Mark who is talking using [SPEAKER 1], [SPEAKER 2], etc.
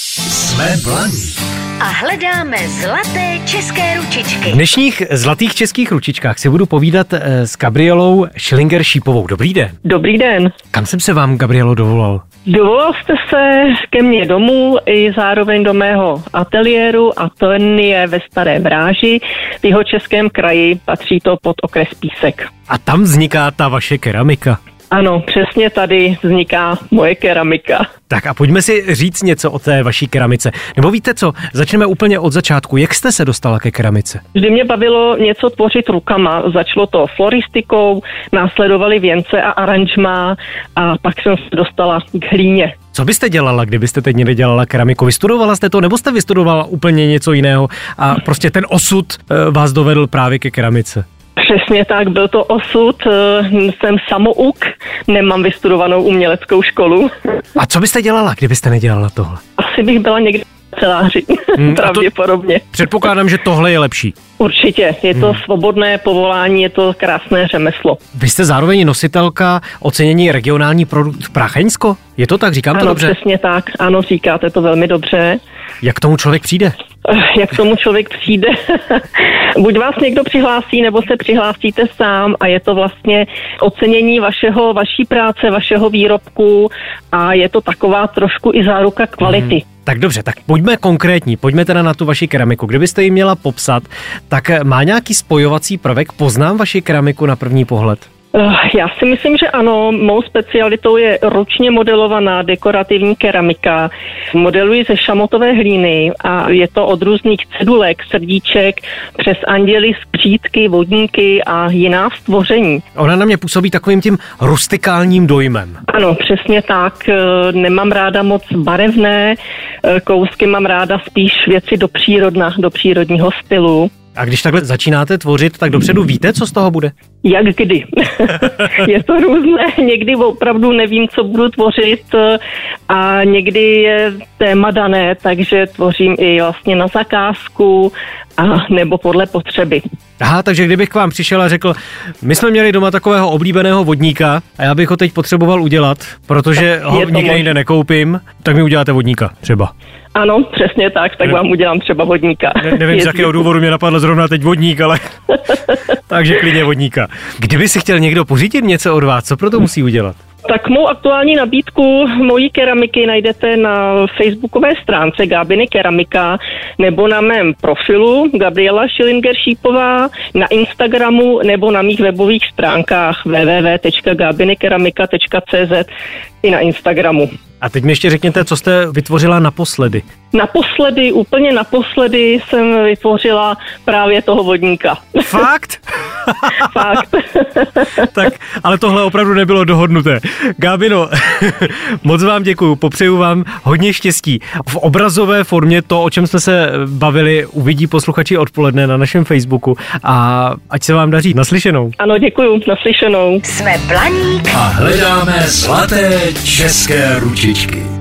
[SPEAKER 1] Jsme blaní.
[SPEAKER 2] a hledáme zlaté české ručičky.
[SPEAKER 3] V dnešních zlatých českých ručičkách si budu povídat eh, s Gabrielou Schlinger Šípovou. Dobrý den.
[SPEAKER 4] Dobrý den.
[SPEAKER 3] Kam jsem se vám, Gabrielo, dovolal?
[SPEAKER 4] Dovolal jste se ke mně domů i zároveň do mého ateliéru a ten je ve Staré Bráži. V jeho českém kraji patří to pod okres Písek.
[SPEAKER 3] A tam vzniká ta vaše keramika.
[SPEAKER 4] Ano, přesně tady vzniká moje keramika.
[SPEAKER 3] Tak a pojďme si říct něco o té vaší keramice. Nebo víte co, začneme úplně od začátku. Jak jste se dostala ke keramice?
[SPEAKER 4] Vždy mě bavilo něco tvořit rukama. Začalo to floristikou, následovaly věnce a aranžma a pak jsem se dostala k hlíně.
[SPEAKER 3] Co byste dělala, kdybyste teď někde dělala keramiku? Vystudovala jste to, nebo jste vystudovala úplně něco jiného a prostě ten osud eh, vás dovedl právě ke keramice?
[SPEAKER 4] Přesně tak, byl to osud. eh, Jsem samouk, nemám vystudovanou uměleckou školu.
[SPEAKER 3] A co byste dělala, kdybyste nedělala tohle?
[SPEAKER 4] Asi bych byla někde v celáři,
[SPEAKER 3] Hmm, a
[SPEAKER 4] hmm,
[SPEAKER 3] to-
[SPEAKER 4] pravděpodobně.
[SPEAKER 3] Předpokládám, že tohle je lepší.
[SPEAKER 4] Určitě, je to
[SPEAKER 3] Hmm.
[SPEAKER 4] svobodné povolání, je to krásné řemeslo.
[SPEAKER 3] Vy jste zároveň nositelka ocenění regionální produkt Pracheňsko? Je to tak, říkám to
[SPEAKER 4] ano,
[SPEAKER 3] dobře.
[SPEAKER 4] přesně tak, ano, říkáte to velmi dobře.
[SPEAKER 3] Jak k tomu člověk přijde?
[SPEAKER 4] Eh, Jak k tomu člověk přijde? Buď vás někdo přihlásí, nebo se přihlásíte sám a je to vlastně ocenění vašeho, vaší práce, vašeho výrobku a je to taková trošku i záruka kvality.
[SPEAKER 3] Tak dobře, tak pojďme konkrétní, pojďme teda na tu vaši keramiku. Kdybyste ji měla popsat, tak eh, má nějaký spojovací prvek? Poznám vaši keramiku na první pohled.
[SPEAKER 4] Eh, Já si myslím, že ano. Mou specialitou je ručně modelovaná dekorativní keramika. Modeluji ze šamotové hlíny a je to od různých cedulek, srdíček, přes anděly, skřítky, vodníky a jiná stvoření.
[SPEAKER 3] Ona na mě působí takovým tím rustikálním dojmem.
[SPEAKER 4] Ano, přesně tak. Eh, Nemám ráda moc barevné eh, kousky, mám ráda spíš věci do přírodna, do přírodního stylu.
[SPEAKER 3] A když takhle začínáte tvořit, tak dopředu víte, co z toho bude?
[SPEAKER 4] Jak kdy. je to různé, někdy opravdu nevím, co budu tvořit eh, a někdy je téma dané, takže tvořím i vlastně na zakázku a nebo podle potřeby.
[SPEAKER 3] Aha, takže kdybych k vám přišel a řekl, my jsme měli doma takového oblíbeného vodníka a já bych ho teď potřeboval udělat, protože ho
[SPEAKER 4] je to
[SPEAKER 3] nikde
[SPEAKER 4] možné.
[SPEAKER 3] jinde nekoupím, tak mi uděláte vodníka třeba.
[SPEAKER 4] Ano, přesně tak, tak vám udělám třeba vodníka.
[SPEAKER 3] Ne, nevím, z
[SPEAKER 4] Jestli-
[SPEAKER 3] jakého důvodu mě napadl zrovna teď vodník, ale takže klidně vodníka. Kdyby si chtěl někdo pořídit něco od vás, co pro to musí udělat?
[SPEAKER 4] Tak mou aktuální nabídku mojí keramiky najdete na facebookové stránce Gábiny Keramika nebo na mém profilu Gabriela Schillinger Šípová, na Instagramu nebo na mých webových stránkách www.gabinikeramika.cz i na Instagramu.
[SPEAKER 3] A teď mi ještě řekněte, co jste vytvořila naposledy.
[SPEAKER 4] Naposledy, úplně naposledy jsem vytvořila právě toho vodníka.
[SPEAKER 3] Fakt?
[SPEAKER 4] Fakt.
[SPEAKER 3] tak, ale tohle opravdu nebylo dohodnuté. Gábino, moc vám děkuju, popřeju vám hodně štěstí. V obrazové formě to, o čem jsme se bavili, uvidí posluchači odpoledne na našem Facebooku a ať se vám daří. Naslyšenou.
[SPEAKER 4] Ano, děkuju, naslyšenou.
[SPEAKER 2] Jsme Blaník
[SPEAKER 1] A hledáme zlaté české ručičky.